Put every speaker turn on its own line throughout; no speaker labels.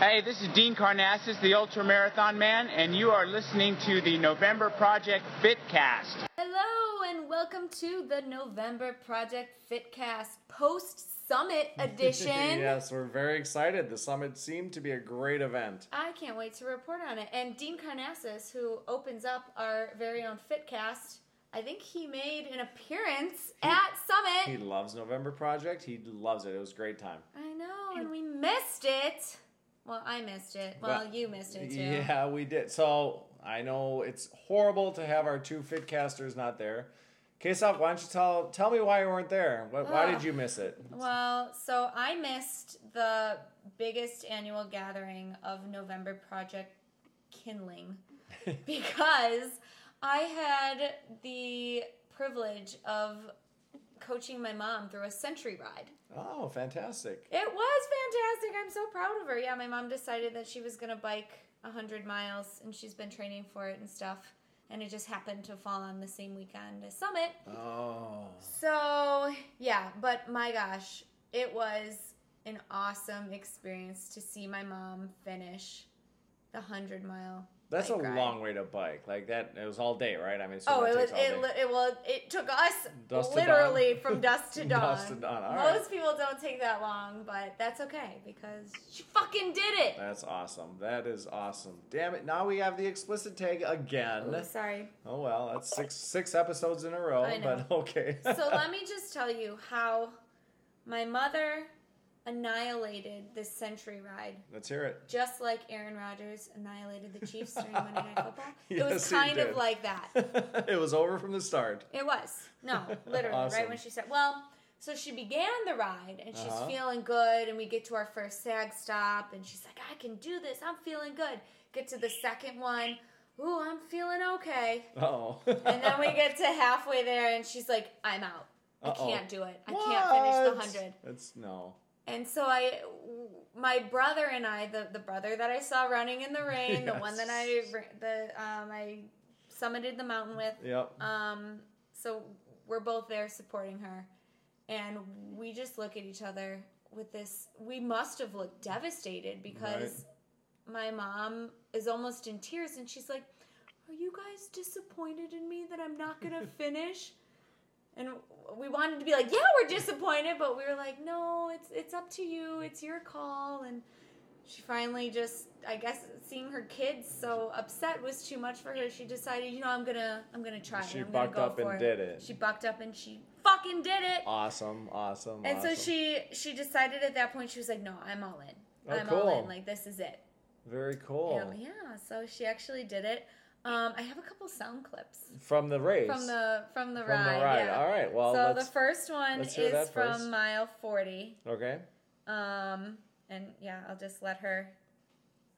Hey, this is Dean Carnassus, the Ultra Marathon Man, and you are listening to the November Project Fitcast.
Hello and welcome to the November Project Fitcast post summit edition.
yes, we're very excited. The summit seemed to be a great event.
I can't wait to report on it. And Dean Carnassus, who opens up our very own Fitcast, I think he made an appearance at
He
Summit.
loves November Project. He loves it. It was a great time.
I know, and we missed it. Well, I missed it. Well, you missed it too.
Yeah, we did. So I know it's horrible to have our two Fitcasters not there. Kesop, why don't you tell tell me why you weren't there? Why, why did you miss it?
Well, so I missed the biggest annual gathering of November Project Kindling because I had the privilege of coaching my mom through a century ride.
Oh, fantastic.
It was fantastic. I'm so proud of her. Yeah, my mom decided that she was going to bike 100 miles and she's been training for it and stuff. And it just happened to fall on the same weekend as Summit.
Oh,
So, yeah, but my gosh, it was an awesome experience to see my mom finish the 100 mile.
that's a
bike ride.
long way to bike. Like that, it was all day, right? I mean, so
Oh,
that
it was
takes all
it,
day.
li- it well it took us
Dust to
literally
dawn.
from dusk to dawn.
Dust to dawn, all right.
Most people don't take that long, but that's okay because she fucking did it.
That's awesome. That is awesome. Damn it! Now we have the explicit tag again.
Oh, sorry.
Oh well, that's six six episodes in a row,
I know.
but okay.
so let me just tell you how my mother annihilated this century ride.
Let's hear it.
just like Aaron Rodgers annihilated the Chiefs during Monday Night Football. it
Yes,
was
he
kind of
did.
like that.
it was over from the start.
It was. No, literally, right
Awesome.
when she said, well, so she began the ride and she's
Uh-huh.
feeling good. And we get to our first SAG stop and she's like, I can do this. I'm feeling good. Get to the second one. Ooh, I'm feeling okay.
Oh.
And then we get to halfway there and she's like, I'm out. I
Uh-oh.
can't do it. I can't finish the 100.
That's no.
And so I, my brother and I, the, the brother that I saw running in the rain, the one that I,
Yes.
ra- the um, I summited the mountain with.
Yep.
Um, so we're both there supporting her, and we just look at each other with this. We must have looked devastated because my mom is almost in tears, and she's like, "Are you guys disappointed in me that I'm not gonna finish?" And we wanted to be like, "Yeah, we're disappointed," but we were like, "No, it's it's up to you. It's your call." And she finally just i guess seeing her kids so upset was too much for her she decided you know i'm gonna i'm gonna try
She
it. I'm gonna
bucked
go
up and
for
did it.
she bucked up and she fucking did it
Awesome. Awesome.
and so
awesome.
she she decided at that point she was like no i'm all in
Oh,
i'm all
cool.
in like this is it
Very
You
cool.
know, yeah so she actually did it um, i have a couple sound clips
From the race.
from the from the
From the
ride,
ride.
yeah.
All right, well,
so the
let's-
first one
let's hear that
is from
first.
mile 40
Okay.
um, and yeah i'll just let her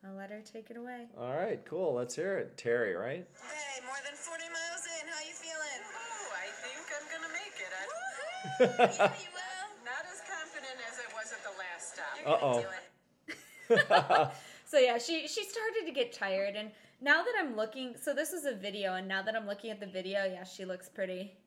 i'll let her take it away
All right. Cool. Let's hear it. Terry, right?
Okay, more than 40 miles in. How you feeling?
Oh, I think I'm gonna make it. I'm
yeah, you will.
not as confident as I was at the last stop.
You're gonna
Uh-oh.
do it.
So yeah, she she started to get tired, and now that I'm looking, so this is a video, and now that I'm looking at the video, yeah, she looks pretty.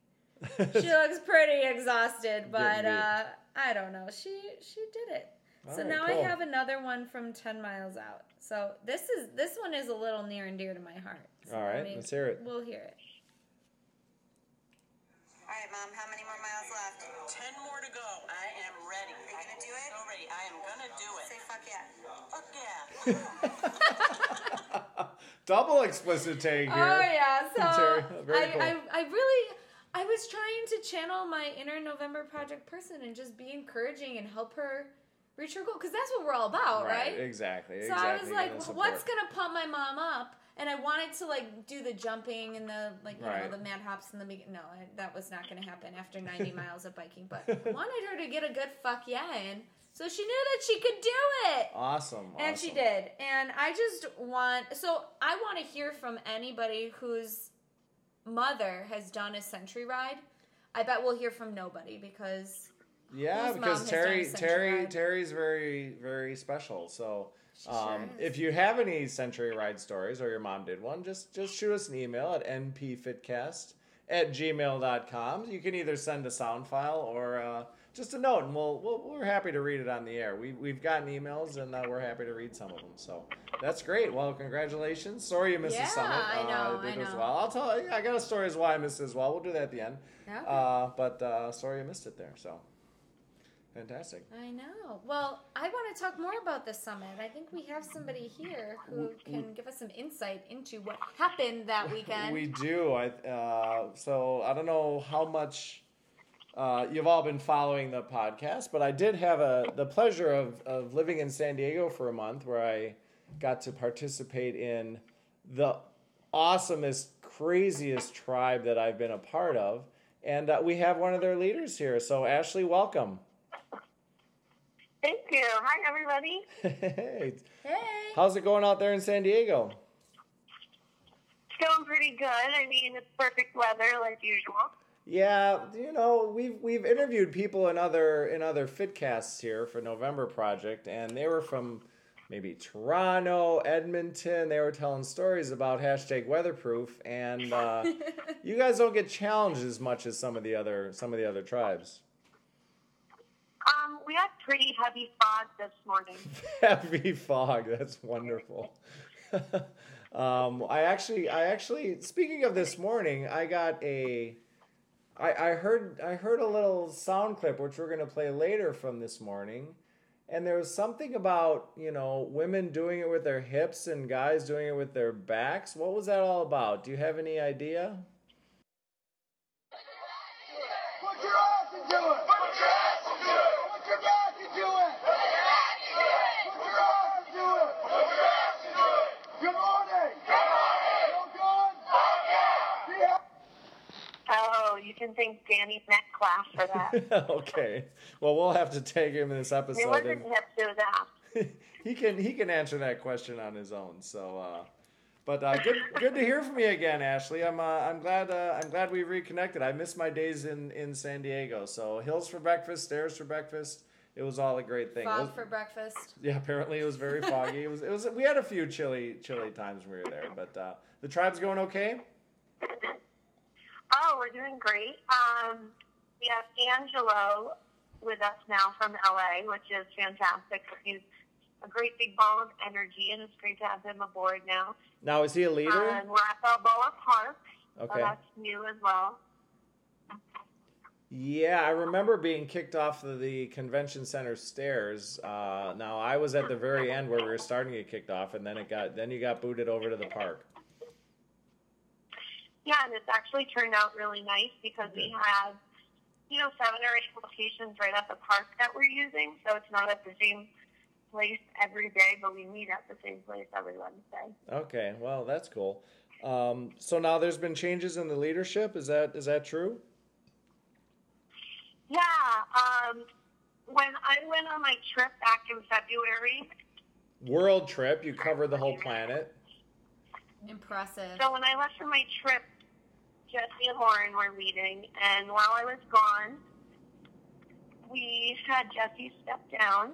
She looks pretty exhausted, but
Getting beat.
uh, I don't know. She she did it. so
Alright,
now
cool.
I have another one from ten miles out. So this is this one is a little near and dear to my heart. So
All right,
let me-
let's hear it.
We'll hear it.
All right, Mom, how many more miles left?
Ten more to go. I am ready. You're
gonna do it?
So ready. I am gonna do it.
Say fuck yeah.
Fuck yeah.
Double explicit tag here.
Oh yeah, so
Terry, very
I,
cool.
I I really I was trying to channel my inner November Project person and just be encouraging and help her reach her goal because that's what we're all about, right?
Exactly.
So
exactly.
I was
You're
like,
gonna
"Wh-
support.
what's gonna pump my mom up? And I wanted to like do the jumping and the like, you
Right.
know, the mad hops in the beginning. No, I, that was not gonna happen after 90 miles of biking. But I wanted her to get a good fuck yeah in, so she knew that she could do it.
Awesome.
And she
awesome.
did. And I just want so I want to hear from anybody whose mother has done a century ride. I bet we'll hear from nobody because
Yeah,
Whose mom
because
has done a
Terry
century
Terry
ride.
Terry's very very special. So
sure
um,
is.
if you have any century ride stories or your mom did one, just just shoot us an email at npfitcast at gmail.com. You can either send a sound file or uh, just a note, and we'll, we'll we're happy to read it on the air. We we've gotten emails, and uh, we're happy to read some of them. So that's great. Well, congratulations. Sorry you missed
Yeah,
the summit.
I know,
Uh, did
I
as
know.
well. I'll tell. I got a story as why I missed it as well. We'll do that at the end.
Okay.
Uh, but uh, sorry you missed it there. So fantastic.
I know. Well, I want to talk more about the summit. I think we have somebody here who can give us some insight into what happened that weekend.
We do. I uh, so I don't know how much uh, you've all been following the podcast, but I did have a the pleasure of of living in San Diego for a month, where I got to participate in the awesomest, craziest tribe that I've been a part of, and uh, we have one of their leaders here. So Ashley, welcome.
Thank you. Hi, everybody.
hey,
hey,
how's it going out there in San Diego?
It's going pretty good. I mean, it's perfect weather like usual.
Yeah, you know, we've we've interviewed people in other in other fitcasts here for November Project, and they were from maybe Toronto, Edmonton. They were telling stories about hashtag weatherproof, and uh, you guys don't get challenged as much as some of the other some of the other tribes.
Um, we had pretty heavy fog this morning.
heavy fog. That's wonderful. um, I actually, I actually, speaking of this morning, I got a, I, I heard, I heard a little sound clip which we're gonna play later from this morning, and there was something about you know women doing it with their hips and guys doing it with their backs. What was that all about? Do you have any idea?
Put your ass into it. Put your ass into it. Put your back into it. Put your ass into it. Put your ass into it. Good morning. Good morning. Y'all good? Be happy.
Oh, you can thank Danny Met class for that.
okay, well we'll have to take him in this episode.
It
and-
wasn't hip, it was ass.
he can he can answer that question on his own. So, uh, but uh, good good to hear from you again, Ashley. I'm uh, I'm glad uh, I'm glad we reconnected. I missed my days in in San Diego. So hills for breakfast, stairs for breakfast. It was all a great thing. It was-
fog for breakfast.
yeah, apparently it was very foggy. It was it was we had a few chilly chilly times when we were there, but uh, the tribe's going okay.
Oh, we're doing great. Um, we have Angelo with us now from LA, which is fantastic. He's a great big ball of energy, and it's great to have him aboard now. Uh,
Now is he a leader?
Um,
And we're at Balboa Park, so
Okay.
that's new as well.
Yeah, I remember being kicked off of the convention center stairs. Uh, now I was at the very end where we were starting to get kicked off, and then it got then you got booted over to the park.
Yeah, and it's actually turned out really nice because we have, you know, seven or eight locations right at the park that we're using. So it's not at the same place every day, but we meet at the same place every Wednesday.
Okay, well that's cool. Um, so now there's been changes in the leadership. Is that is that true?
Yeah. Um, when I went on my trip back in February,
World trip, you cover the whole planet.
Impressive.
so when I left for my trip, Jesse and Lauren were leading, and while I was gone, we had Jesse step down.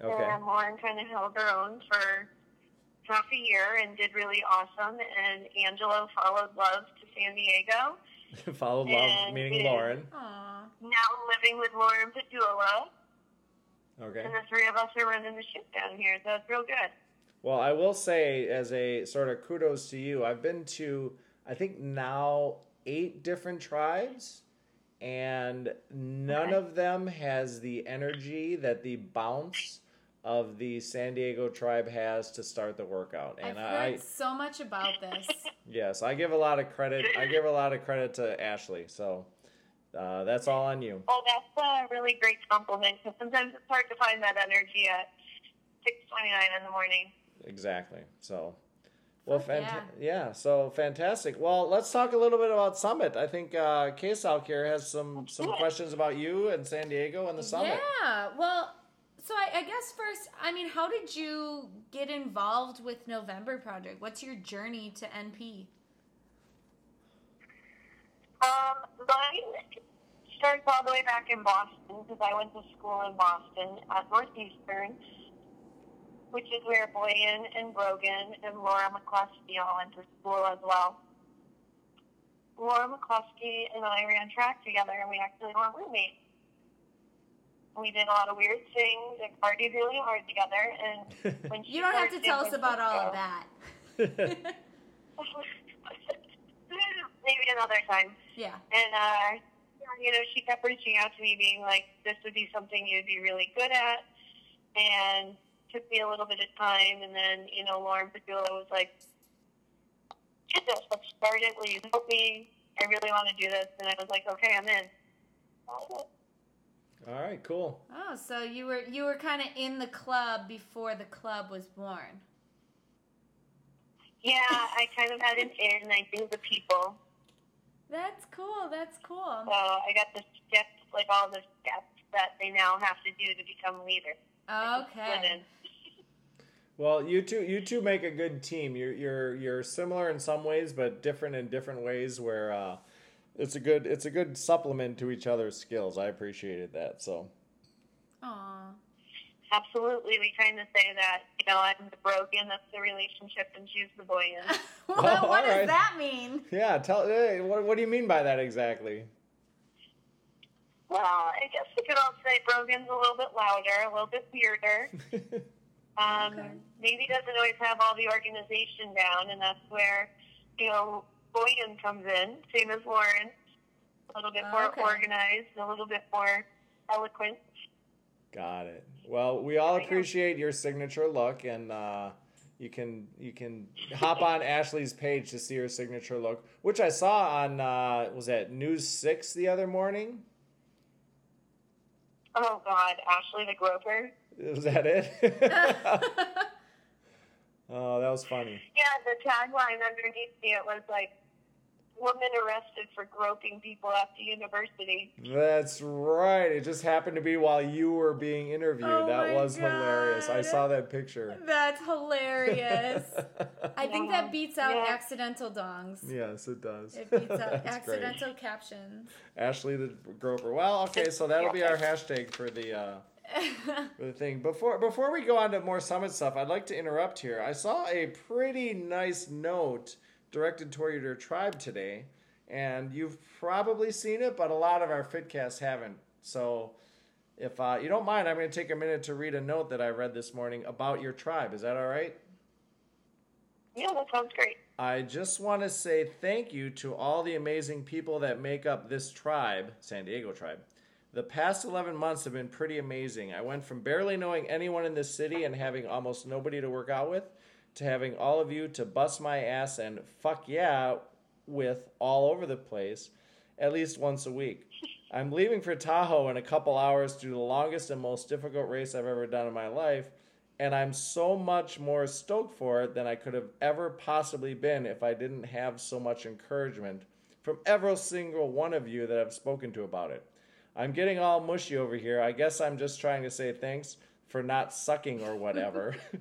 Okay,
And Lauren kind of held her own for half a year and did really awesome. And Angelo followed Love to San Diego,
follow love, meaning Lauren.
Aw.
now living with Lauren Padula.
Okay.
And the three of us are running the ship down here, so it's real good.
Well, I will say, as a sort of kudos to you, I've been to, I think now eight different tribes, and none of them has the energy that the bounce of the San Diego tribe has to start the workout.
I've
And I,
heard so much about this.
yes, I give a lot of credit. I give a lot of credit to Ashley. So uh, that's all on you.
Well, that's a really great compliment because sometimes it's hard to find that energy at 6.29 in the morning.
Exactly. So, well,
Fuck
fanta- yeah. So fantastic. Well, let's talk a little bit about Summit. I think uh, Case out here has some some questions about you and San Diego and the Summit.
Yeah. Well, so I, I guess first, I mean, how did you get involved with November Project? What's your journey to NP?
Um, mine starts all the way back in Boston because I went to school in Boston at Northeastern, which is where Boyan and Brogan and Laura McCluskey all went to school as well. Laura McCluskey and I ran track together, and we actually were roommates. we did a lot of weird things and partied really hard together. And when she
You don't have to
started
tell us
dating
about all of
Cisco-
that.
Maybe another time.
Yeah.
And uh, you know, she kept reaching out to me, being like, "This would be something you'd be really good at," and took me a little bit of time. And then, you know, Lauren Padula was like, "Get this, let's start it. Will you help me? I really want to do this." And I was like, "Okay, I'm in."
All right, cool.
Oh, so you were you were kind of in the club before the club was born.
Yeah, I kind of had an in. I knew the people,
That's cool. That's cool.
so I got the steps, like all the steps that they now have to do to become a leader. Went
Okay.
in.
Well, you two, you two make a good team. You're you're you're similar in some ways, but different in different ways. Where uh, it's a good it's a good supplement to each other's skills. I appreciated that. So
Aw.
Absolutely, we kind of say that, you know, I'm the broken, that's the relationship, and she's the boy in.
what
all
what does
right.
that mean?
yeah, tell hey, what what do you mean by that exactly?
well, I guess we could all say broken's a little bit louder, a little bit weirder. um, Maybe doesn't always have all the organization down, and that's where, you know, Boyan comes in, same as Lauren. A little bit more
Okay.
organized, a little bit more eloquent.
Got it. Well, we all
Yeah.
appreciate your signature look, and uh, you can you can hop on Ashley's page to see her signature look, which I saw on uh, was that News Six the other morning.
Oh, God, Ashley the Groper.
Was that it? oh, that was funny.
Yeah, the tagline underneath me it was like, "Woman arrested for groping people after university."
That's right. It just happened to be while you were being interviewed.
Oh
that
my
was hilarious. I
God.
saw that picture.
That's hilarious. I think that beats out
Yeah.
accidental dongs.
Yes, it does.
It beats out
That's great.
accidental captions.
Ashley the Groper. Well, okay, so that'll be our hashtag for the uh, for the thing. Before before we go on to more summit stuff, I'd like to interrupt here. I saw a pretty nice note directed toward your tribe today, and you've probably seen it, but a lot of our fitcasts haven't. So, if uh, you don't mind, I'm going to take a minute to read a note that I read this morning about your tribe. Is that all right?
Yeah, that sounds great.
I just want to say thank you to all the amazing people that make up this tribe, San Diego tribe. The past 11 months have been pretty amazing. I went from barely knowing anyone in this city and having almost nobody to work out with to having all of you to bust my ass and fuck yeah with all over the place at least once a week. I'm leaving for Tahoe in a couple hours to do the longest and most difficult race I've ever done in my life and I'm so much more stoked for it than I could have ever possibly been if I didn't have so much encouragement from every single one of you that I've spoken to about it. I'm getting all mushy over here. I guess I'm just trying to say thanks for not sucking or whatever.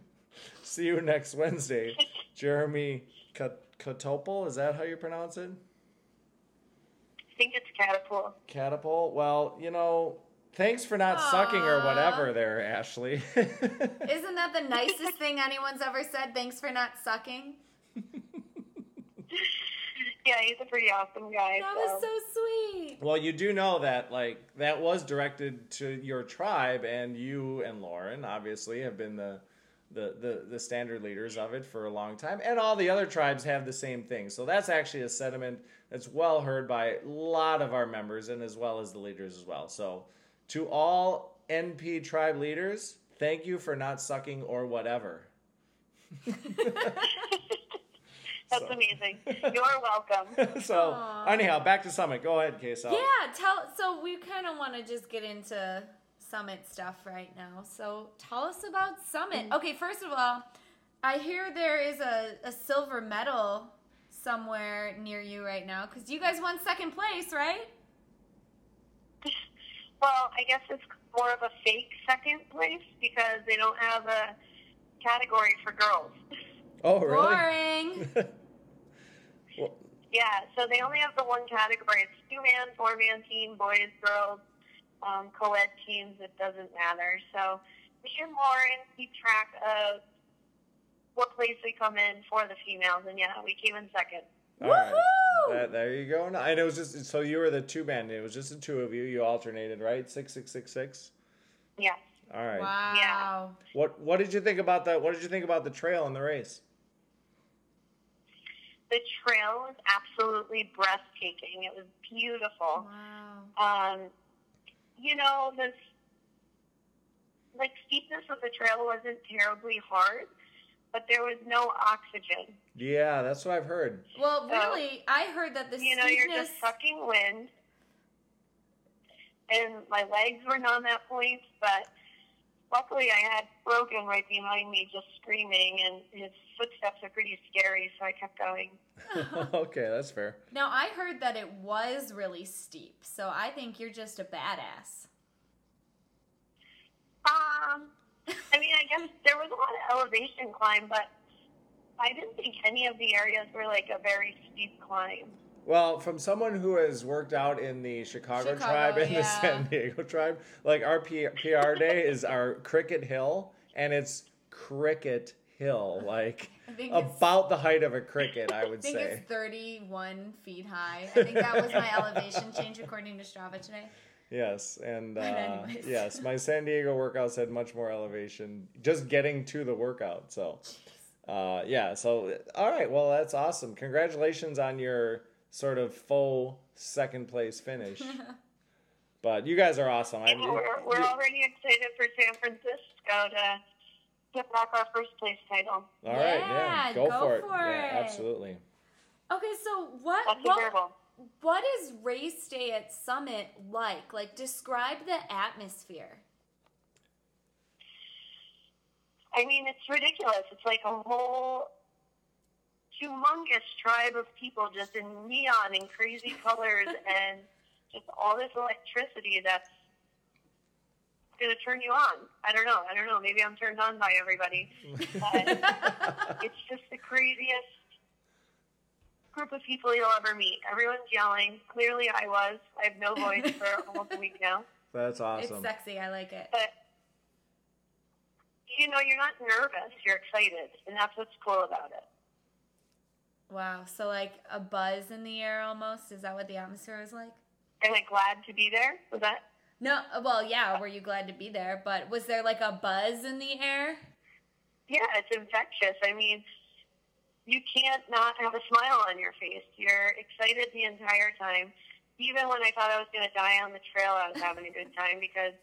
See you next Wednesday, Jeremy Kat- Katopel. Is that how you pronounce it?
I think it's catapult.
Catapult. Well, you know, thanks for not sucking or
Aw.
whatever, there, Ashley.
Isn't that the nicest thing anyone's ever said? Thanks for not sucking.
Yeah, he's a pretty awesome guy.
That
so.
was so sweet.
Well, you do know that like that was directed to your tribe, and you and Lauren obviously have been the the the, the standard leaders of it for a long time, and all the other tribes have the same thing. So that's actually a sentiment that's well heard by a lot of our members, and as well as the leaders as well. So to all NP tribe leaders, thank you for not sucking or whatever.
That's
so-
amazing. You're welcome.
so
Aw.
anyhow, back to Summit. Go ahead, Queso.
Yeah, tell. So we kind of want to just get into summit stuff right now. So tell us about summit.
Mm-hmm.
Okay, first of all, I hear there is a, a silver medal somewhere near you right now because you guys won second place, right?
Well, I guess it's more of a fake second place because they don't have a category for girls.
Oh, really?
Boring.
Well,
Yeah, so they only have the one category. It's two man, four man team, boys, girls, um, co ed teams, it doesn't matter. So me and Lauren keep track of what place we come in for the females, and yeah, we came in second.
All right.
Woohoo!
That- there you go. No, And it was just so you were the two man. It was just the two of you. You alternated, right? Six, six, six, six.
Yes.
All right.
Wow.
What What did you think about that? What did you think about the trail and the race?
The trail was absolutely breathtaking. It was
Wow.
beautiful. um, you know, this like steepness of the trail wasn't terribly hard, but there was no oxygen.
Yeah, that's what I've heard.
Well,
So,
really, I heard that the
you know, you're
steepness.
just sucking wind, and my legs were numb at points, but luckily I had Brogan right behind me, just screaming, and his footsteps are pretty scary, so I kept going.
okay, that's fair.
now I heard that it was really steep, so I think you're just a badass.
Um, I mean, I guess there was a lot of elevation climb, but I didn't think any of the areas were like a very steep climb.
Well, from someone who has worked out in the Chicago,
Chicago,
tribe and the
yeah.
San Diego tribe, like our P- PR day is our Cricket Hill, and it's Cricket Hill, like
I think it's-
about the height of a cricket, I
I
would
think
say.
it's 31 feet high. I think that was my elevation change according to Strava today.
Yes, and uh,
anyways.
yes, my San Diego workouts had much more elevation just getting to the workout. So, uh, yeah. So, all right. Well, that's awesome. Congratulations on your sort of faux second place finish. but you guys are awesome. I,
And we're, we're already excited for San Francisco to get back our first place title.
all right. Yeah.
Yeah,
Go,
go
for it.
for
Yeah,
it.
absolutely.
Okay, so what
That's a
what,
verbal.
what is race day at Summit like? Like describe the atmosphere.
I mean, it's ridiculous. It's like a whole humongous tribe of people just in neon and crazy colors and just all this electricity that's going to turn you on. I don't know. I don't know. Maybe I'm turned on by everybody. But it's just the craziest group of people you'll ever meet. Everyone's yelling. Clearly, I was. I have no voice for almost a week now
That's awesome.
It's sexy. I like it.
but you know, you're not nervous. You're excited, and that's what's cool about it.
Wow. So like a buzz in the air almost. Is that what the atmosphere was like?
And like glad to be there. Was that?
No, well, yeah, were you glad to be there, but was there like a buzz in the air?
Yeah, it's infectious. I mean, you can't not have a smile on your face. You're excited the entire time. Even when I thought I was going to die on the trail, I was having a good time because,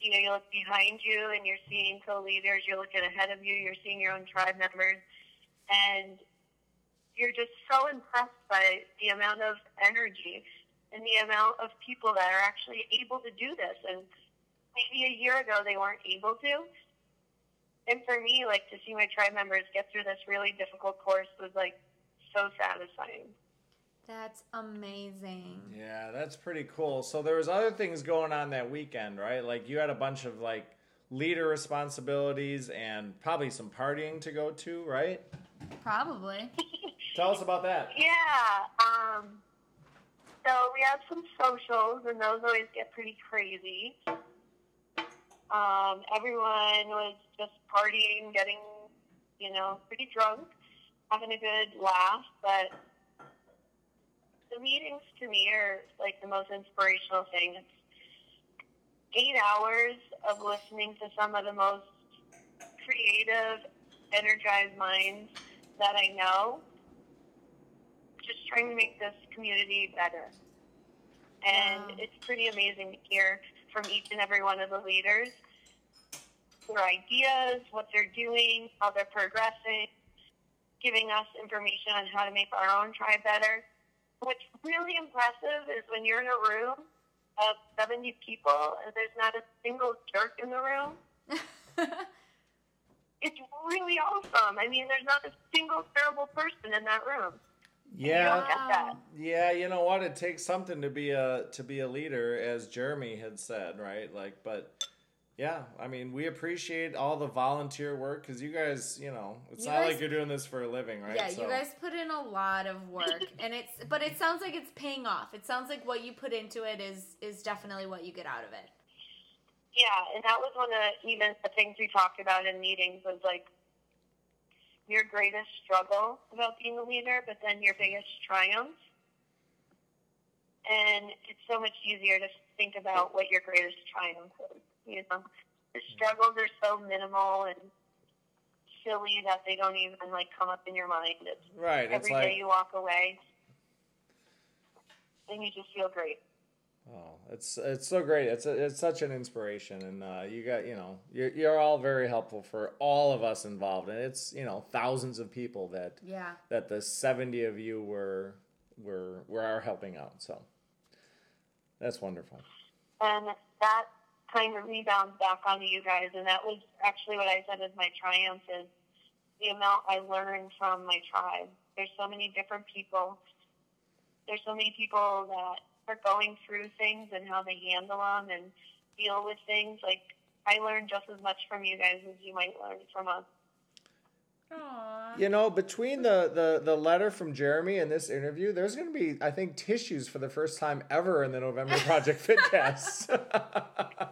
you know, you look behind you and you're seeing co-leaders. You're looking ahead of you. You're seeing your own tribe members, and you're just so impressed by the amount of energy and the amount of people that are actually able to do this. And maybe a year ago they weren't able to, and for me, like to see my tribe members get through this really difficult course was like so satisfying.
That's amazing.
Yeah, that's pretty cool. So there was other things going on that weekend, right? Like you had a bunch of like leader responsibilities and probably some partying to go to, right?
Probably.
Tell us about that.
Yeah. Um, so we had some socials, and those always get pretty crazy. Um, everyone was just partying, getting, you know, pretty drunk, having a good laugh. But the meetings to me are like the most inspirational thing. It's eight hours of listening to some of the most creative, energized minds that I know just trying to make this community better. And
Wow.
it's pretty amazing to hear from each and every one of the leaders their ideas, what they're doing, how they're progressing, giving us information on how to make our own tribe better. What's really impressive is when you're in a room of 70 people and there's not a single jerk in the room, it's really awesome. I mean, there's not a single terrible person in that room.
Yeah.
Don't get that.
Yeah, you know what? It takes something to be a to be a leader, as Jeremy had said, right? Like, but yeah, I mean, we appreciate all the volunteer work because you guys, you know, it's
You
not
guys-
like you're doing this for a living, right?
Yeah, you guys put in a lot of work, and it's but it sounds like it's paying off. It sounds like what you put into it is is definitely what you get out of it.
Yeah, and that was one of the, even the things we talked about in meetings was like your greatest struggle about being a leader, but then your biggest triumph. And it's so much easier to think about what your greatest triumph is, you know. the struggles are so minimal and silly that they don't even like come up in your mind. It's
Right. It's
every day
like
you walk away, and you just feel great.
Oh, it's it's so great. It's it's such an inspiration, and uh, you got you know you're you're all very helpful for all of us involved, and it's you know thousands of people that
Yeah.
that the seventy of you were were were are helping out. So that's wonderful.
and that kind of rebounds back onto you guys. And that was actually what I said is my triumph is the amount I learned from my tribe. There's so many different people. There's so many people that are going through things and how they handle them and deal with things. Like I learned just as much from you guys as you might learn from us.
Aww.
You know, between the the the letter from Jeremy and this interview, there's going to be I think tissues for the first time ever in the November Project Fitcast.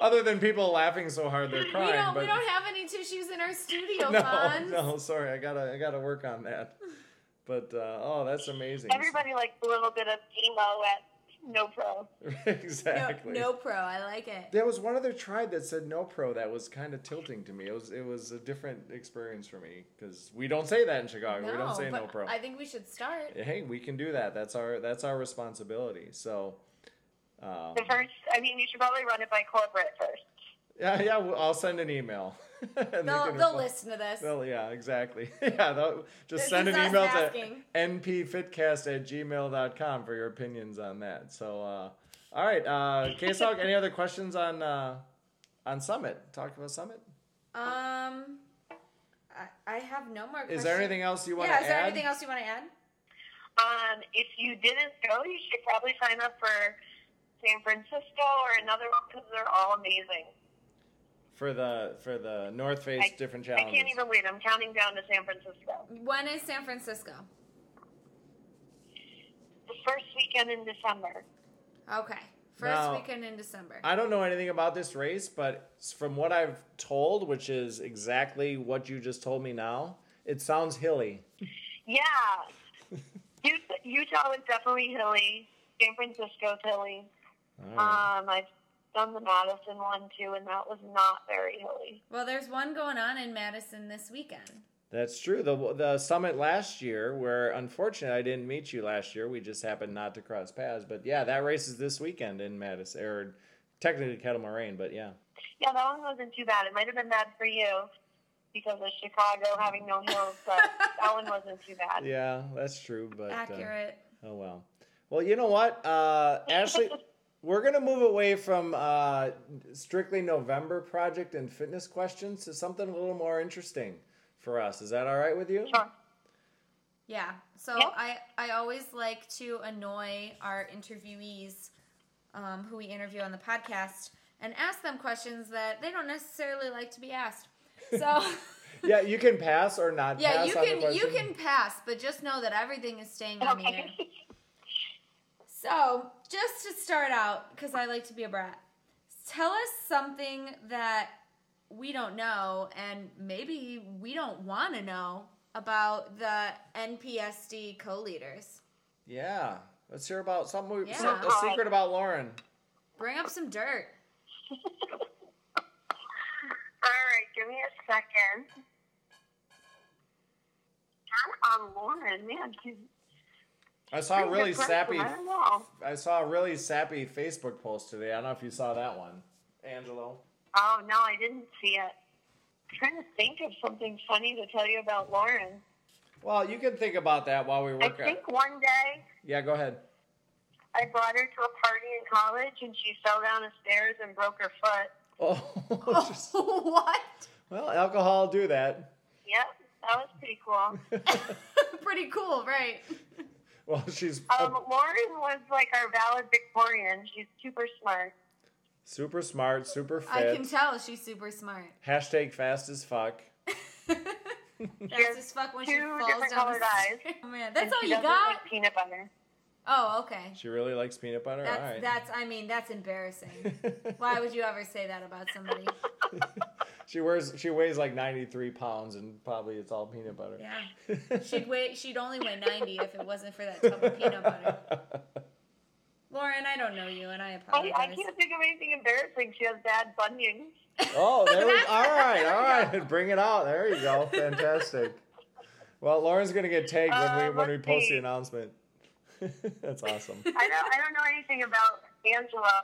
Other than people laughing so hard they're
We
crying,
don't
but
we don't have any tissues in our studio,
no,
Fonz.
no, sorry, I gotta, I gotta work on that. But uh, oh, that's amazing.
Everybody likes a little bit of emo at No Pro.
No,
exactly.
no pro, I like it.
There was one other tribe that said no pro that was kind of tilting to me. It was, it was a different experience for me because we don't say that in Chicago. we don't say
but
no pro.
I think we should start.
hey, we can do that. That's our, that's our responsibility. So. Um,
The first, I mean, you should probably run it by corporate first.
yeah, yeah. well, I'll send an email. and they can
They'll,
respond.
they'll listen to this.
Well, yeah, exactly. Yeah, they'll-
This
just send
is
an
us
email
asking.
to npfitcast at gmail.com for your opinions on that. So, uh, all right, uh, K-Sog, any other questions on uh, on Summit? Talk about Summit.
Um, I, I have no more.
Is there
questions.
anything else you want
yeah,
to
is there
add?
anything else you want to add?
Um, if you didn't go, you should probably sign up for San Francisco or another one because they're all amazing.
For the for the North Face
I,
different
I
challenges.
can't even wait. I'm counting down to San Francisco.
When is San Francisco?
The first weekend in December.
Okay, first
Now-
weekend in December.
I don't know anything about this race, but s- from what I've told, which is exactly what you just told me now, it sounds hilly.
Yeah. Ut- Utah was definitely hilly. San Francisco's hilly.
All right.
Um, I've done the Madison one too, and that was not very hilly.
well, there's one going on in Madison this weekend.
That's true. The the summit last year, where unfortunately I didn't meet you last year, we just happened not to cross paths. But yeah, that race is this weekend in Madison, or technically Kettle Moraine, but yeah.
Yeah, that one wasn't too bad. It might have been bad for you because of Chicago having no hills, but that one wasn't too bad.
Yeah, that's true. But uh,
Accurate.
oh well. Well, you know what, uh, Ashley, we're gonna move away from uh, strictly November project and fitness questions to something a little more interesting for us. Is that all right with you?
Sure.
Yeah. So
Yep.
I I always like to annoy our interviewees, um, who we interview on the podcast, and ask them questions that they don't necessarily like to be asked. So.
Yeah, you can pass or not.
Yeah,
pass
you
on the
can you can
question.
pass, but just know that everything is staying on the air.
Okay.
So, just to start out, because I like to be a brat, tell us something that we don't know and maybe we don't want to know about the NPSD co-leaders.
Yeah. Let's hear about something. We,
Yeah.
some- a secret about Lauren.
Bring up some dirt.
All right, give me a second. Not on Lauren, man. She's
I saw a
pretty
really
good person.
sappy.
I don't know.
I saw a really sappy Facebook post today. I don't know if you saw that one, Angelo.
Oh no, I didn't see it. I'm trying to think of something funny to tell you about Lauren.
Well, you can think about that while we
I
work. on
think one day
Yeah, go ahead.
I brought her to a party in college and she fell down the stairs and broke her foot.
Oh, just-
what?
well, alcohol will do that.
Yep, that was pretty cool.
Pretty cool, right?
Well, she's
Um, Lauren was like our valedictorian. She's super smart.
super smart, super fit.
I can tell she's super smart.
Hashtag fast as fuck.
That's as fuck when she
two
falls
different
down.
colored
The
eyes.
stairs. Oh man, that's
And
all
she
you
doesn't
got?
Like peanut butter.
Oh, okay.
She really likes peanut butter.
That's
All right.
that's I mean, that's embarrassing. Why would you ever say that about somebody?
she wears. She weighs like ninety three pounds, and probably it's all peanut butter.
Yeah. She'd weigh she'd only weigh 90 if it wasn't for that tub of peanut butter. Lauren, I don't know you and I
I,
apologize.
I can't think of anything embarrassing. She has bad bunions.
Oh, there we all right, all right. Bring it out. There you go. Fantastic. Well, Lauren's gonna get tagged when
Uh,
we when we
let's
post
see.
the announcement. That's awesome.
I don't, I don't know anything about Angela.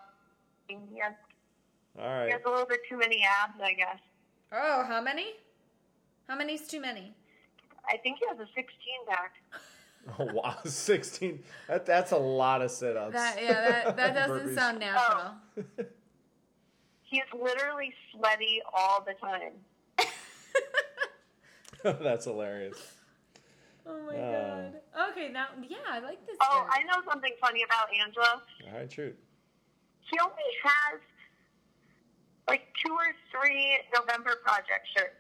He has,
All
he
right.
has a little bit too many abs, I guess.
Oh, how many? How many's too many?
I think he has a 16 pack.
Oh, wow, sixteen. That, that's a lot of sit-ups.
That yeah, that, that doesn't
Burpees.
sound natural.
He's literally sweaty all the time.
that's hilarious.
Oh my
Oh.
god. Okay, now yeah, I like this.
Oh,
guy.
I know something funny about Angela.
All right, shoot.
She only has like two or three November Project shirts.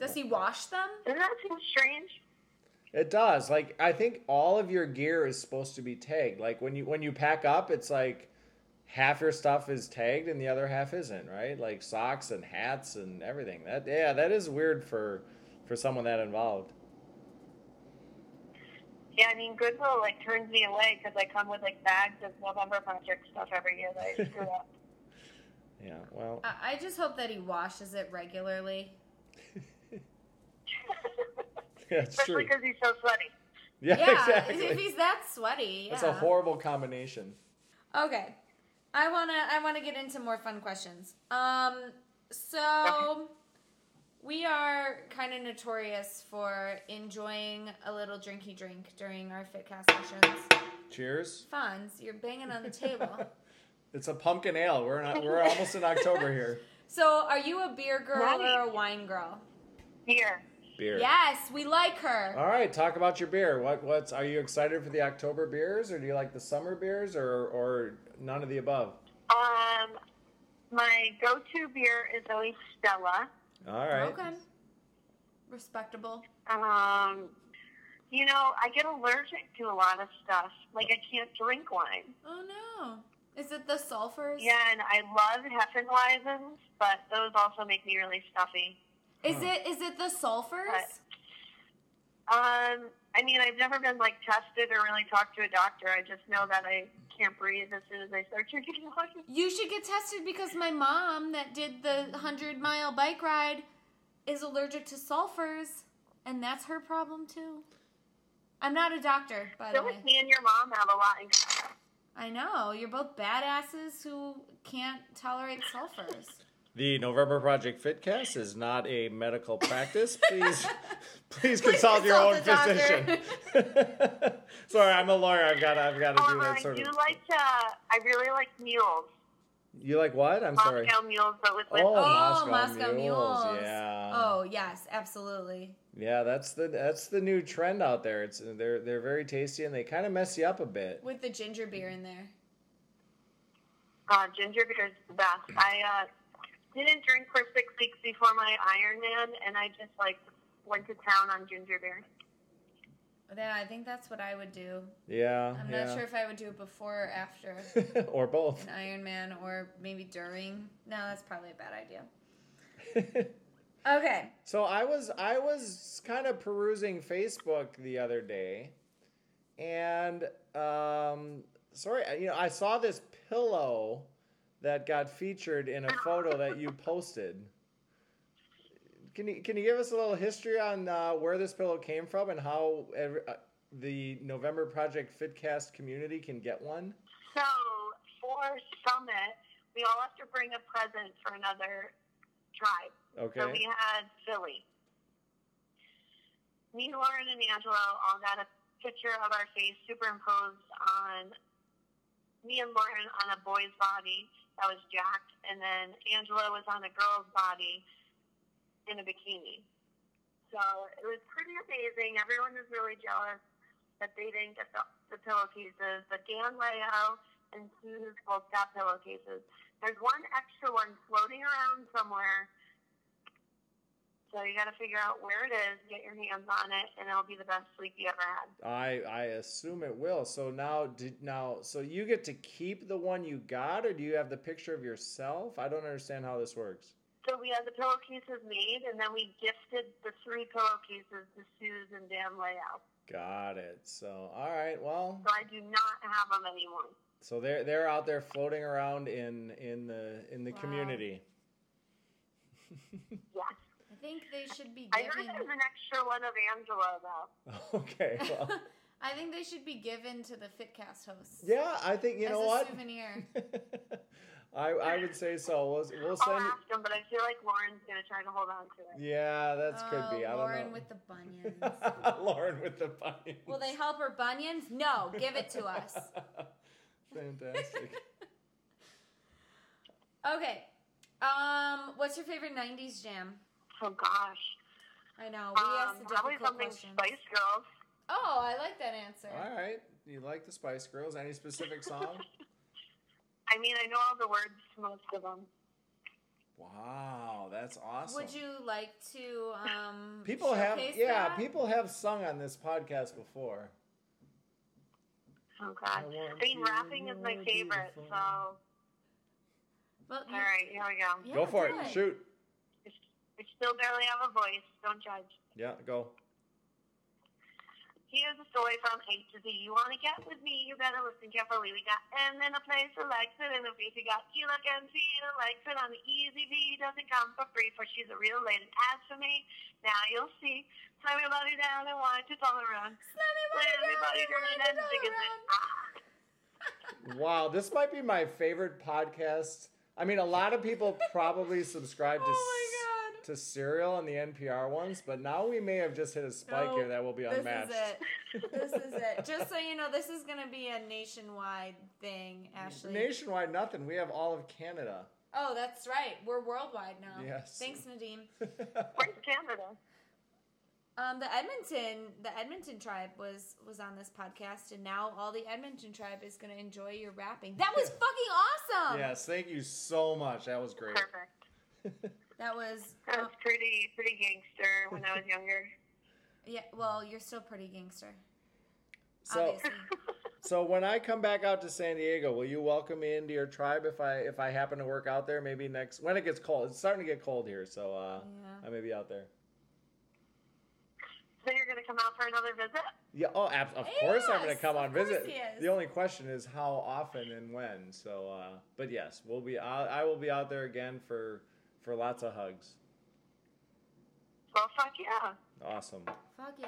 Does he wash them?
Doesn't that seem strange?
It does. Like I think all of your gear is supposed to be tagged. Like when you when you pack up, it's like half your stuff is tagged and the other half isn't, right? Like socks and hats and everything. That yeah, that is weird for for someone that involved.
Yeah, I mean, Goodwill like turns me away because I come with like bags of November Project stuff every year that I screw up.
Yeah. Well,
I, I just hope that he washes it regularly.
yeah, it's true.
Especially because he's so sweaty.
Yeah,
Yeah, if
exactly.
he's that sweaty. Yeah.
It's a horrible combination.
Okay. I wanna I wanna get into more fun questions. Um so we are kind of notorious for enjoying a little drinky drink during our FitCast sessions.
Cheers.
Fonz, you're banging on the table.
It's a pumpkin ale. We're not. We're almost in October here.
So, are you a beer girl or a
Right.
wine girl?
Here.
Beer.
Yes, we like her.
All right, talk about your beer. What what's are you excited for the October beers or do you like the summer beers or or none of the above?
Um, my go-to beer is always Stella.
All right.
Okay. Respectable.
Um, you know, I get allergic to a lot of stuff. Like I can't drink wine.
Oh no. Is it the sulfurs?
Yeah, and I love Heffenweizens, but those also make me really stuffy.
Is it is it the sulfurs?
Right. Um, I mean, I've never been like tested or really talked to a doctor. I just know that I can't breathe as soon as I start drinking wine.
You should get tested because my mom that did the 100 mile bike ride is allergic to sulfurs and that's her problem too. I'm not a doctor, by the
So
way.
like me and your mom have a lot in common.
I know. You're both badasses who can't tolerate sulfurs.
The November Project Fitcast is not a medical practice. Please please consult your own
consult a
physician. Sorry, I'm a lawyer. I've got to I've got to do
However,
that
I
sort
do
of.
Oh, like to. I really like mules,
You like what? I'm sorry.
Moscow mules, but with
Oh,
whiskey.
Moscow mules, yeah.
Oh, yes, absolutely.
Yeah, that's the that's the new trend out there. It's they're they're very tasty and they kind of mess you up a bit.
With the ginger beer in there.
Uh, ginger beer is the best. I uh, didn't drink for six weeks before my Ironman, and I just like went to town on ginger beer.
Yeah, I think that's what I would do.
Yeah.
I'm
yeah.
not sure if I would do it before or after
or both.
an Iron Man or maybe during. No, that's probably a bad idea. Okay.
So I was I was kind of perusing Facebook the other day, and um, sorry, I- you know, I saw this pillow that got featured in a photo that you posted. Can you can you give us a little history on uh, where this pillow came from and how every, uh, the November Project Fitcast community can get one?
So for summit, we all have to bring a present for another tribe.
Okay.
So we had Philly. Me, Lauren, and Angelo all got a picture of our face superimposed on me and Lauren on a boy's body that was jacked, and then Angelo was on a girl's body in a bikini. So it was pretty amazing. Everyone was really jealous that they didn't get the, the pillowcases, but Dan Leo and Suze both got pillowcases. There's one extra one floating around somewhere. So you got to figure out where it is, get your hands on it, and it'll be the best sleep you ever had.
I I assume it will. So now did now so you get to keep the one you got or do you have the picture of yourself? I don't understand how this works.
So we had the pillowcases made, and then we gifted the three pillowcases to Suze and Dan Layout.
Got it. So, all right. Well,
So I do not have them anymore.
so they're they're out there floating around in in the in the
Wow.
community.
Yes.
I think they should be
I heard
given.
there's an extra one of Angela though.
Okay. Well,
I think they should be given to the FitCast hosts.
yeah, I think you
as
know
a
what.
souvenir.
I I would say so. We'll we'll
I'll
send.
ask them, but I feel like Lauren's gonna try to hold on to it.
Yeah, that's
Oh,
could be. I don't
Lauren
know.
with the bunions.
Lauren with the bunny.
Will they help her bunions? No, give it to us.
Fantastic.
Okay. Um, what's your favorite '90s jam?
Oh gosh.
I know we asked
Um,
the
probably
difficult
something
questions.
Spice Girls.
Oh, I like that answer.
All right. You like the Spice Girls? Any specific song?
I mean, I know all the words to most of them.
wow, that's awesome.
Would you like to? Um,
People have
showcase
yeah,
that?
people have sung on this podcast before.
Oh god. I
want
mean,
you,
rapping is my
you're
favorite.
beautiful.
So, all
Well, you-
right, here we go.
yeah,
go for
do
it. Shoot.
I I still barely have a voice. Don't judge.
Yeah, go.
Here's a story from A to Z. You wanna get with me? You better listen carefully. We got M in a place that likes it in a beat. We got E like MC that likes it on the easy V. Doesn't come for free, for she's a real lady. As for me, now you'll see. Slam your body down and watch it all around. Slam your body down and dig it. Ah.
Wow, this might be my favorite podcast. I mean, a lot of people probably subscribe to
Oh my
s- to Serial and the NPR ones, but now we may have just hit a spike
No,
here that will be unmatched.
This is it. This is it. Just so you know, this is going to be a nationwide thing, Ashley.
Nationwide, nothing. We have all of Canada.
oh, that's right. We're worldwide now.
Yes.
Thanks, Nadim.
Where's Canada?
Um, the Edmonton, the Edmonton tribe was was on this podcast, and now all the Edmonton tribe is going to enjoy your rapping. That was fucking awesome.
yes, thank you so much. That was great.
Perfect.
That was.
I was pretty pretty gangster when I was younger.
Yeah. Well, you're still pretty gangster.
So,
obviously.
so when I come back out to San Diego, will you welcome me into your tribe if I if I happen to work out there? Maybe next when it gets cold. It's starting to get cold here, so uh,
Yeah.
I may be out there.
So you're gonna come out for another visit?
Yeah. Oh, ab- of course I'm going to
Yes,
come on
of course
visit.
he is.
The only question is how often and when. So, uh, but yes, we'll be. I, I will be out there again for for lots of hugs.
Well, fuck yeah.
Awesome.
Fuck yeah.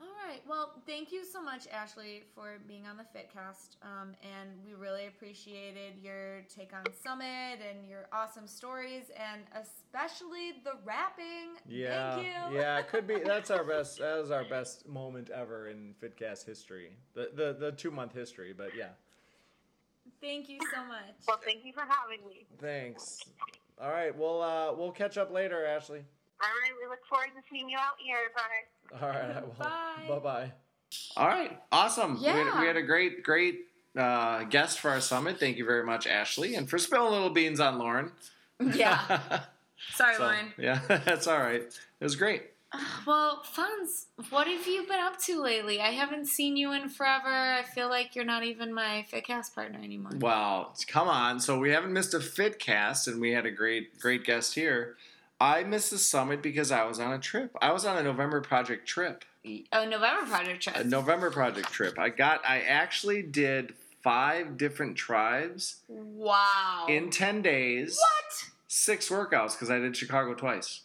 All right. Well, thank you so much, Ashley, for being on the FitCast. Um, and we really appreciated your take on Summit and your awesome stories, and especially the rapping.
Yeah.
Thank you.
Yeah. It could be. That's our best. That was our best moment ever in Fitcast history. The the, the two month history. But yeah.
Thank you so much.
Well, thank you for having me.
Thanks. All right. We'll uh, we'll catch up later, Ashley.
All right, we look forward to seeing you out here. Bye.
All right. Well,
Bye.
Bye. All right. Awesome. We, had,
Yeah.
we had a great, great uh, guest for our summit. Thank you very much, Ashley, and for spilling little beans on Lauren.
Yeah. Sorry,
So, yeah, that's all right. It was great.
Well, Fons, what have you been up to lately? I haven't seen you in forever. I feel like you're not even my FitCast partner anymore.
Wow. Come on. So we haven't missed a fit cast, and we had a great, great guest here. I missed the summit because I was on a trip. I was on a November project trip.
Oh, November Project Trust.
a November project trip. I got I actually did five different tribes
Wow.
in 10 days.
What?
Six workouts cuz I did Chicago twice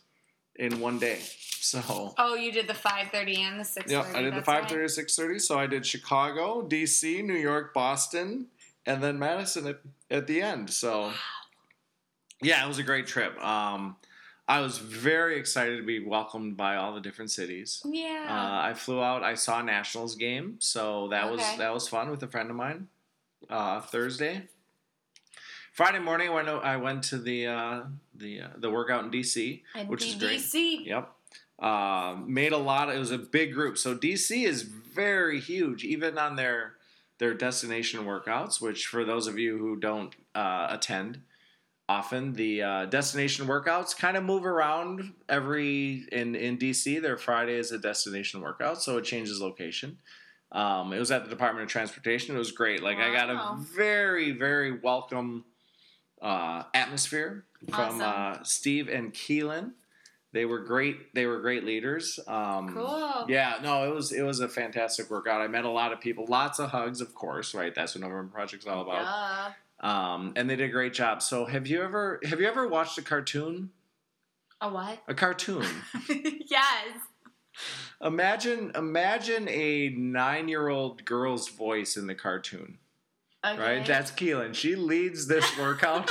in one day. So
Oh, you did the 5:30 and the 6:30.
Yep, I did the
that's
5:30
right.
6:30, so I did Chicago, DC, New York, Boston, and then Madison at, at the end. So Yeah, it was a great trip. Um I was very excited to be welcomed by all the different cities.
Yeah.
Uh, I flew out. I saw a Nationals game, so that was
Okay.
that was fun with a friend of mine. Uh, Thursday, Friday morning, I went. o- I went to the uh, the uh, the workout in DC,
and
Uh, which is great.
BBC.
Yep. Uh, made a lot. It was a big group. So DC is very huge, even on their their destination workouts. Which for those of you who don't uh, attend often, the uh, destination workouts kind of move around every in in DC. Their Friday is a destination workout, so it changes location. Um, it was at the Department of Transportation. It was great. Like I got
Wow.
a very very welcome uh, atmosphere
Awesome.
from uh, Steve and Keelan They were great. They were great leaders. Um,
Cool.
Yeah, no, it was it was a fantastic workout. I met a lot of people, lots of hugs, of course, right? That's what November Project's all about.
Duh.
Um, and they did a great job. So, have you ever have you ever watched a cartoon?
A what?
A cartoon.
yes.
imagine imagine a nine year old girl's voice in the cartoon.
Okay.
Right? That's Keelan. She leads this workout.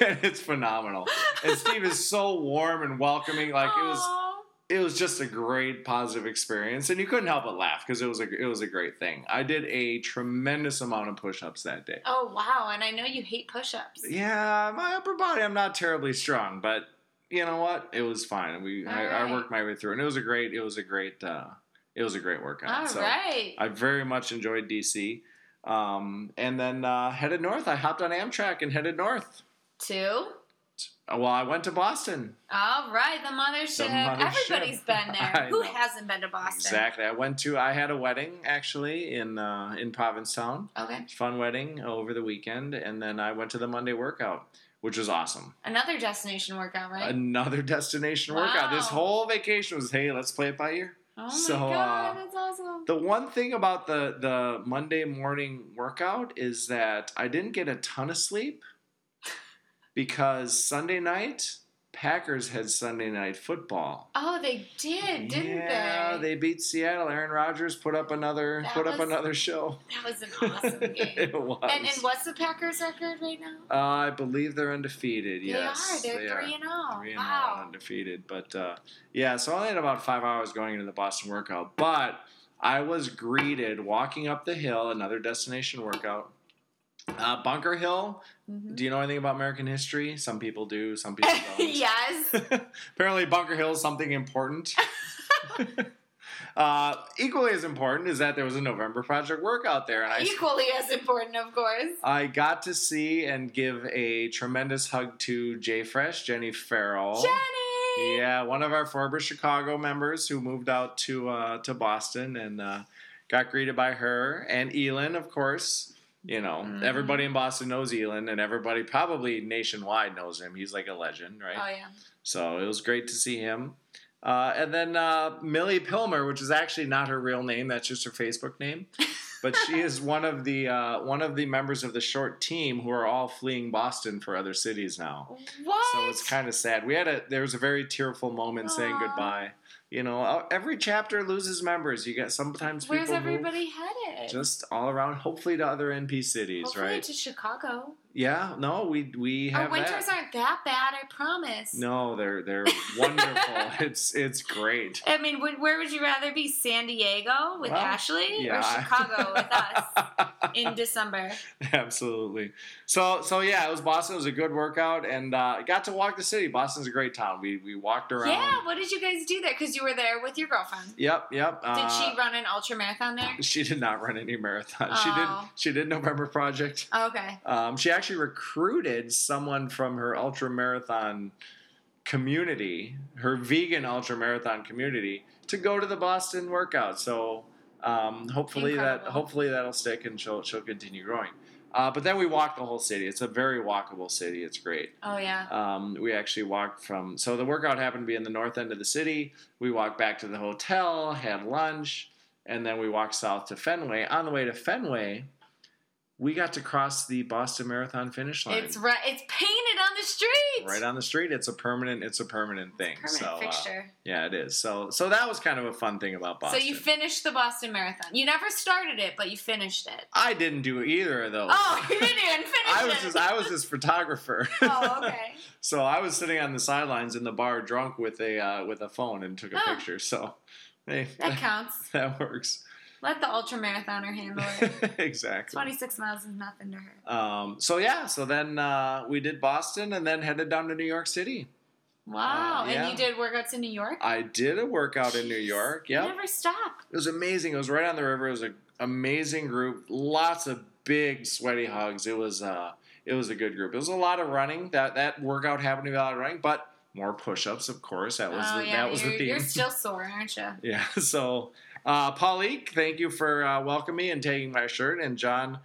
and it's phenomenal. And Steve is so warm and welcoming. Like it was
Aw.
it was just a great positive experience and you couldn't help but laugh because it was a it was a great thing. I did a tremendous amount of push-ups that day.
Oh wow! And I know you hate push-ups.
Yeah, my upper body I'm not terribly strong, but you know what? It was fine. We I, I
Alright.
worked my way through and it was a great it was a great uh it was a great workout.
All
so
right.
I very much enjoyed DC. Um and then uh headed north. I hopped on Amtrak and headed north. Uh,
Two.
Well, I went to Boston.
All right, the mothership.
mothership.
Everybody's been there.
I
Who
know.
hasn't been to Boston?
Exactly. I went to. I had a wedding actually in uh, in Provincetown.
Okay.
Fun wedding over the weekend, and then I went to the Monday workout, which was awesome.
Another destination workout,
Uh,
right?
Another destination workout. This
Wow.
whole vacation was hey, let's play it by ear.
oh my
so,
god,
uh,
that's awesome.
The one thing about the the Monday morning workout is that I didn't get a ton of sleep because Sunday night Packers had Sunday night football.
Oh, they did, didn't
yeah,
they?
beat Seattle. Aaron Rodgers put up another
That
put up
was-
another show.
That was an awesome game.
it was.
and, and what's the Packers record right now?
uh, I believe they're undefeated. yes,
they are. They're three and zero.
Three and oh. all
Wow.
undefeated. But uh, yeah, so I only had about five hours going into the Boston workout, but I was greeted walking up the hill, another destination workout. Uh, Bunker Hill.
Mhm.
Do you know anything about American history? Some people do. Some people don't.
yes.
Apparently, Bunker Hill is something important. uh, equally as important is that there was a November Project workout there, and I
Equally as important, of course.
I got to see and give a tremendous hug to Jay Fresh, Jenny Farrell.
Jenny.
Yeah, one of our former Chicago members who moved out to uh, to Boston and uh, got greeted by her and Elin, of course. You know,
Mhm.
everybody in Boston knows Elin, and everybody probably nationwide knows him. He's like a legend, right?
Oh yeah.
So it was great to see him. Uh, and then uh, Millie Pilmer, which is actually not her real name, that's just her Facebook name, but she is one of the uh, one of the members of the short team who are all fleeing Boston for other cities now.
What?
So it's kind of sad. We had a there was a very tearful moment saying
Aw.
goodbye. You know, uh, every chapter loses members. You get sometimes people
Where's
move
everybody headed?
just all around, hopefully to other NP cities,
Hopefully
right?
to Chicago.
yeah, no, we we have
Our winters
that.
aren't that bad, I promise.
No, they're they're wonderful. it's it's great.
I mean, would, where would you rather be, San Diego with
Well,
Ashley
yeah.
or Chicago with us in December?
Absolutely. So so yeah, it was Boston. It was a good workout, and uh, got to walk the city. Boston's a great town. We we walked around.
Yeah, what did you guys do there? Because you were there with your girlfriend.
Yep. Yep. uh,
Did she run an ultra marathon there?
She did not run any marathon.
Oh.
She did. She did November Project.
Okay.
Um, she actually recruited someone from her ultra marathon community, her vegan ultra marathon community, to go to the Boston workout. So um, hopefully that
Incredible.
hopefully that'll stick and she'll she'll continue growing. Uh, but then we walked the whole city. It's a very walkable city. It's great.
Oh, yeah.
Um, we actually walked from so the workout happened to be in the north end of the city. We walked back to the hotel, had lunch, and then we walked south to Fenway. On the way to Fenway, we got to cross the Boston Marathon finish line.
It's right. It's painted on the street.
right on the street. It's a permanent. It's a permanent thing.
Permanent
so, uh,
fixture.
yeah, it is. So so that was kind of a fun thing about Boston.
So you finished the Boston Marathon. You never started it, but you finished it.
I didn't do either of those.
Oh, you didn't even finish
I was
it.
just I was this photographer.
oh, okay.
So I was sitting on the sidelines in the bar, drunk with a uh, with a phone, and took a
Huh.
picture. So, hey,
That
that,
counts.
works
Let the ultra marathoner handle it.
exactly.
26 miles is nothing to her.
Um, so yeah, so then uh, we did Boston, and then headed down to New York City.
Wow.
Uh, yeah.
And you did workouts in New York?
I did a workout in New
Jeez,
York.
You
Yep,
never stop.
it was amazing. It was right on the river. It was an amazing group. Lots of big sweaty hugs. It was uh, it was a good group. It was a lot of running. That that workout happened to be a lot of running, but more push-ups, of course. That was
oh,
the,
yeah.
that was
you're,
the theme.
you're still sore, aren't you?
Yeah. So, uh, Paulique, thank you for uh, welcoming me and taking my shirt. And John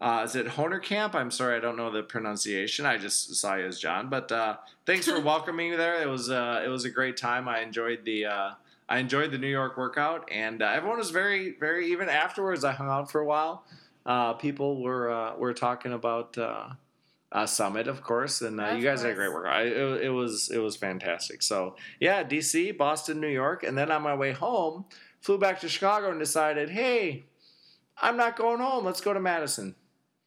Uh, is it Honer Camp? I'm sorry, I don't know the pronunciation. I just saw you as John. But uh, thanks for welcoming me there. It was uh, it was a great time. I enjoyed the uh, I enjoyed the New York workout, and uh, everyone was very very even afterwards. I hung out for a while. Uh, people were uh, were talking about uh, uh, Summit, of course, and uh,
Of
you guys had a
course.
great workout. I, it, it was it was fantastic. So yeah, DC, Boston, New York, and then on my way home, flew back to Chicago and decided, hey, I'm not going home. Let's go to Madison.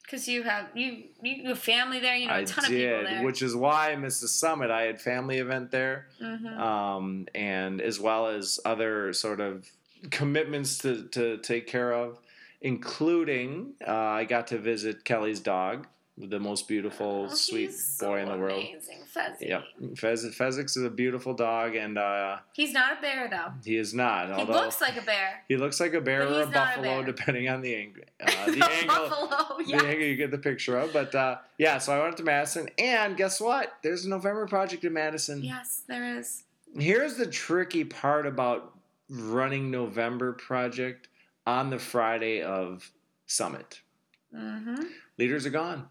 Because you have you you have family there. You know a ton
I did,
of people there.
which is why I missed the summit. I had family event there,
Mm-hmm.
Mhm.
um, and as well as other sort of commitments to, to take care of, including uh, I got to visit Kelly's dog, the most beautiful,
Oh,
sweet
he's so
boy in the world.
Amazing, fuzzy.
Yep, Fez, Fezzik is a beautiful dog, and uh,
He's not a bear though.
he is not.
He
although
looks like a bear.
he looks like a bear
but
or a
he's not a
buffalo,
bear.
depending on the, ang- uh,
A
the angle
Buffalo.
the
Yeah.
angle you get the picture of. But uh, yeah, so I went up to Madison, and guess what? There's a November project in Madison.
Yes, there is.
Here's the tricky part about running November project on the Friday of Summit.
Mm-hmm.
Leaders are gone.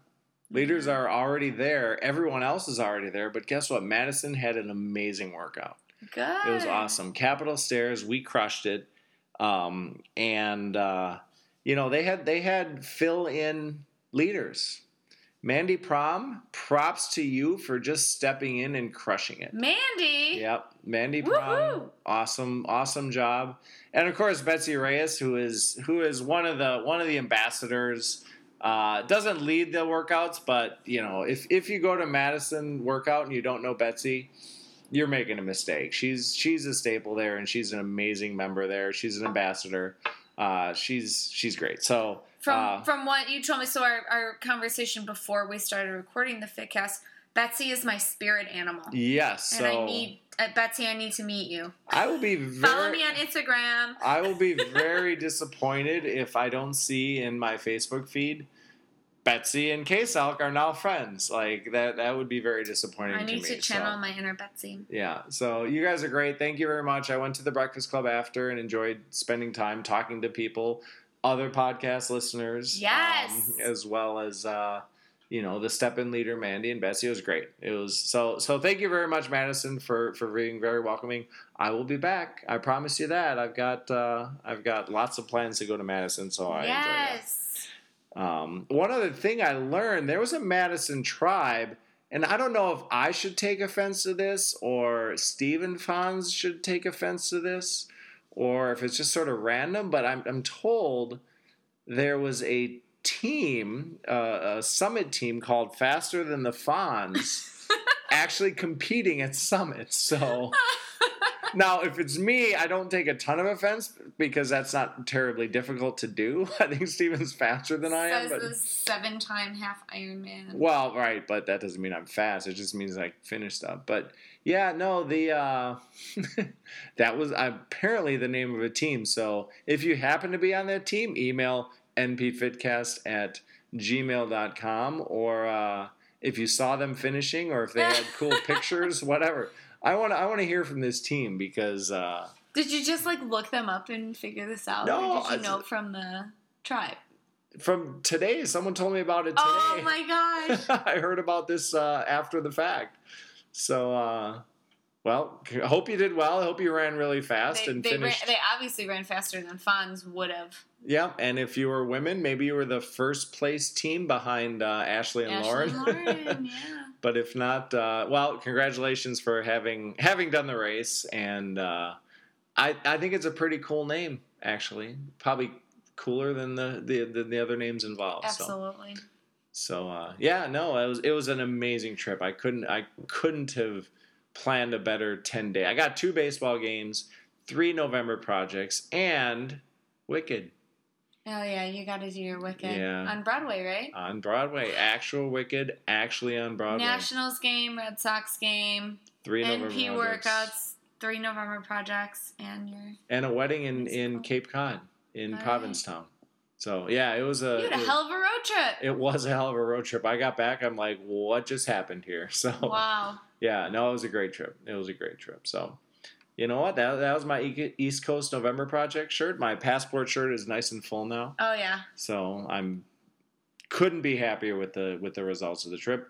Leaders are already there. Everyone else is already there. But guess what? Madison had an amazing workout.
Good.
It was awesome. Capitol Stairs, we crushed it. Um, and uh, you know, they had they had fill in leaders. Mandy Prom, props to you for just stepping in and crushing it.
Mandy.
Yep, Mandy Prom,
Woohoo!
awesome, awesome job, and of course Betsy Reyes, who is who is one of the one of the ambassadors. Uh, doesn't lead the workouts, but you know if if you go to Madison workout and you don't know Betsy, you're making a mistake. She's she's a staple there, and she's an amazing member there. She's an ambassador. Uh, she's she's great. So
From
uh,
from what you told me, so our, our conversation before we started recording the Fitcast, Betsy is my spirit animal,
yes,
and
so
I need uh, Betsy. I need to meet you.
I will be very,
Follow me on Instagram.
I will be very disappointed if I don't see in my Facebook feed Betsy and K-Salk are now friends. Like that that would be very disappointing
I need
me.
to channel
so,
my inner Betsy.
Yeah. So you guys are great. Thank you very much. I went to the Breakfast Club after and enjoyed spending time talking to people, other podcast listeners. um,
Yes.
as well as uh you know the step in leader Mandy and Betsy It was great. It was so so. Thank you very much, Madison, for for being very welcoming. I will be back. I promise you that. I've got uh, I've got lots of plans to go to Madison, so Oh, I enjoy that.
yes.
Um, one other thing I learned there was a Madison tribe, and I don't know if I should take offense to this or Stephen Fons should take offense to this or if it's just sort of random, but I'm, I'm told there was a team, uh, a summit team called Faster Than the Fons, actually competing at summits. So. Now, if it's me, I don't take a ton of offense because that's not terribly difficult to do. I think Steven's faster than I am.
Says
But,
the seven-time half Iron Man.
well, right, but that doesn't mean I'm fast. It just means I finish stuff. But yeah, no, the uh, that was apparently the name of a team. So if you happen to be on that team, email npfitcast at gmail.com or uh, if you saw them finishing or if they had cool pictures, whatever. I want to I want to hear from this team because. Uh,
Did you just like look them up and figure this out?
No,
or did you
I-
know from the tribe?
from today. Someone told me about it today.
Oh my gosh.
I heard about this uh, after the fact. So, uh, well, I hope you did well. I hope you ran really fast
They,
and
they, ran,
finished.
they obviously ran faster than Fonz would have.
yeah, and if you were women, maybe you were the first place team behind uh, Ashley and
Ashley
Lauren.
and Lauren, yeah.
but if not, uh, well, congratulations for having having done the race. And uh, I I think it's a pretty cool name, actually. Probably cooler than the the, than the other names involved. So.
Absolutely.
So uh, yeah, no, it was it was an amazing trip. I couldn't I couldn't have planned a better ten day. I got two baseball games, three November projects, and Wicked
Oh yeah, you got to do your Wicked
Yeah.
on Broadway, right?
on Broadway. Actual Wicked, actually on Broadway.
Nationals game, Red Sox game,
three
NP
November projects,
workouts, three November projects, and your
and a wedding in in
Cool.
Cape Cod in
All right.
Provincetown. So yeah, it was a
you had a
it-
hell of a road trip.
it was a hell of a road trip. I got back, I'm like, what just happened here? So
Wow.
Yeah, no, it was a great trip. It was a great trip. So, you know what? That, that was my E- East Coast November Project shirt. My passport shirt is nice and full now.
Oh yeah.
So I'm couldn't be happier with the with the results of the trip.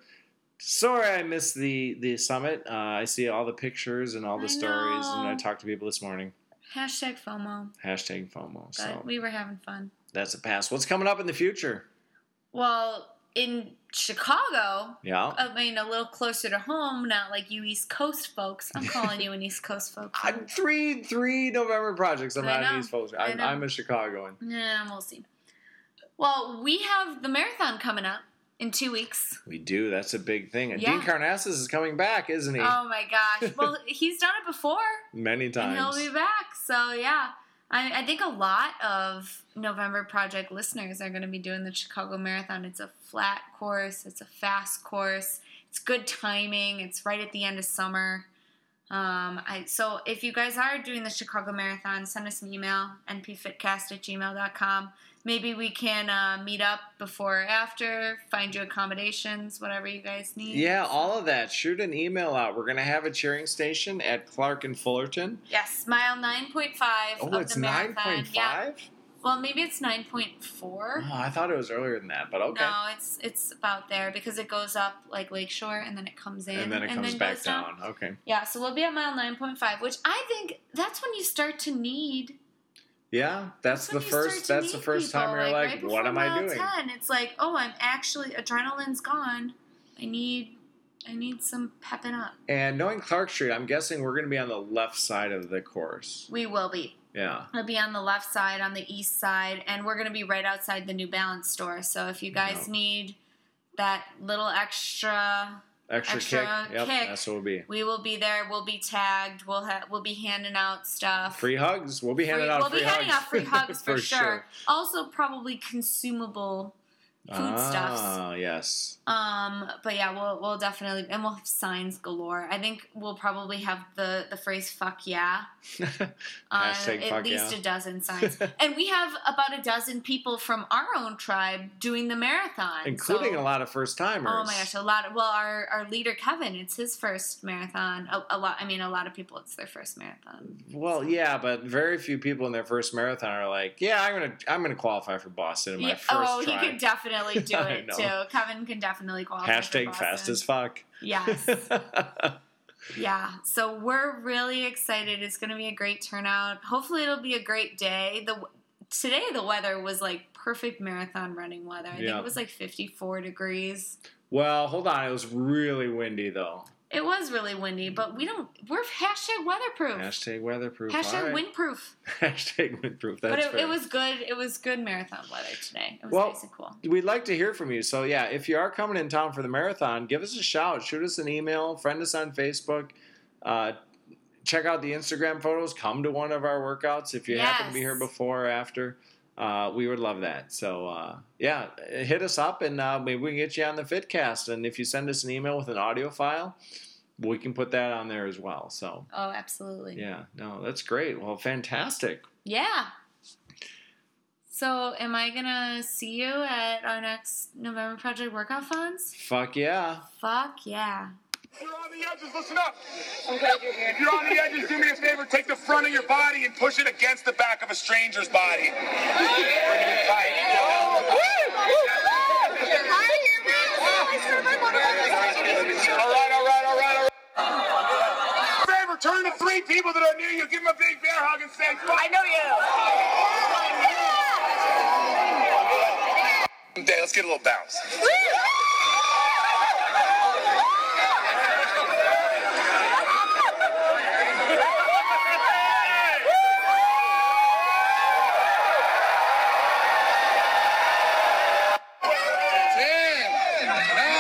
Sorry, I missed the the summit. Uh, I see all the pictures and all the
I
stories, and I
know.
talked to people this morning.
Hashtag FOMO.
Hashtag FOMO.
But
So
we were having fun.
that's a pass. What's coming up in the future?
Well, in Chicago,
Yeah.
I mean, a little closer to home, not like you East Coast folks. I'm calling you an East Coast folk.
I'm three three November projects. I'm
I
not an
know.
East Coast.
I
I'm,
know.
I'm a Chicagoan.
Yeah, we'll see. Well, we have the marathon coming up in two weeks.
We do. That's a big thing. And
Yeah.
Dean Carnassus is coming back, isn't he?
Oh my gosh. Well, he's done it before,
Many
and he'll
times.
be back. So, yeah. I, I think a lot of November Project listeners are going to be doing the Chicago Marathon. It's a flat course, it's a fast course, it's good timing, it's right at the end of summer. Um, I, so if you guys are doing the Chicago Marathon, send us an email, npfitcast at gmail.com. Maybe we can uh, meet up before or after, find you accommodations, whatever you guys need.
yeah, all of that. Shoot an email out. We're gonna have a cheering station at Clark and Fullerton.
Yes, mile 9.5
Oh,
of
it's
the
nine
marathon.
point
Yeah.
five. Oh,
Well, maybe it's 9.4.
I thought it was earlier than that, but okay.
No, it's it's about there because it goes up like Lakeshore and then it comes in
and then it comes back
goes
down. Okay.
Yeah, so we'll be at mile 9.5, which I think that's when you start to need
Yeah, that's,
when
the
you start
first.
to
That's the
meet
first
people,
time you're
right
like,
before
what am I
mile
doing?
10, it's like, oh, I'm actually adrenaline's gone. I need, I need some pepping up.
And knowing Clark Street, I'm guessing we're gonna be on the left side of the course.
We will be.
Yeah.
I'll be on the left side, on the east side, and we're gonna be right outside the New Balance store. So if you guys
Yeah.
need that little extra,
Extra,
Extra
kick. Yep.
kick.
That's what we'll be.
we will be there. We'll be tagged. We'll ha- we'll be handing out stuff.
Free hugs. We'll be handing
Free-
out
we'll
free
be
hugs.
handing out free hugs for, sure. Also, probably consumable foodstuffs.
Ah, yes.
Um, but yeah, we'll we'll definitely and we'll have signs galore. I think we'll probably have the the phrase "fuck yeah" on
Hashtag
at
fuck
least
yeah.
a dozen signs, and we have about a dozen people from our own tribe doing the marathon,
Including
so-
a lot of first timers.
Oh my gosh, a lot. Of, well, our our leader Kevin, it's his first marathon. A, a lot. I mean, a lot of people, it's their first marathon.
Well, yeah, but very few people in their first marathon are like, "Yeah, I'm gonna, I'm gonna qualify for Boston in my
Yeah,
first
oh,
try."
he can definitely do
I
it
know.
too. Kevin can definitely qualify. for
Hashtag
Boston.
fast as fuck.
Yes. Yeah, so we're really excited. It's going to be a great turnout. Hopefully, it'll be a great day. The today the weather was like perfect marathon running weather. I think
Yeah.
it was like 54 degrees.
well, hold on. It was really windy though.
It was really windy, but we don't. We're hashtag weatherproof.
Hashtag weatherproof. All
Hashtag
right.
windproof.
Hashtag windproof. That's
But it,
fair.
it was good. It was good marathon weather today. It was
Well-
nice and cool.
We'd like to hear from you. So yeah, if you are coming in town for the marathon, give us a shout. Shoot us an email. Friend us on Facebook. Uh, check out the Instagram photos. Come to one of our workouts if you happen to be here
Yes.
before or after. Uh, we would love that. So uh, yeah, hit us up and uh, maybe we can get you on the Fitcast. And if you send us an email with an audio file, we can put that on there as well. So
Oh, absolutely.
yeah, no, that's great. Well, fantastic.
Yeah. So, am I gonna see you at our next November Project Workout Funds?
Fuck yeah.
Fuck yeah.
You're on the edges, listen up. I'm glad you're here. If you're on the edges, do me a favor, take the front of your body and push it against the back of a stranger's body. Bring it tight. All right, all right, all right, all right. Favor, turn to three people that are near you, give them a big bear hug and say, I know you. Okay, let's get a little bounce. Ten, nine,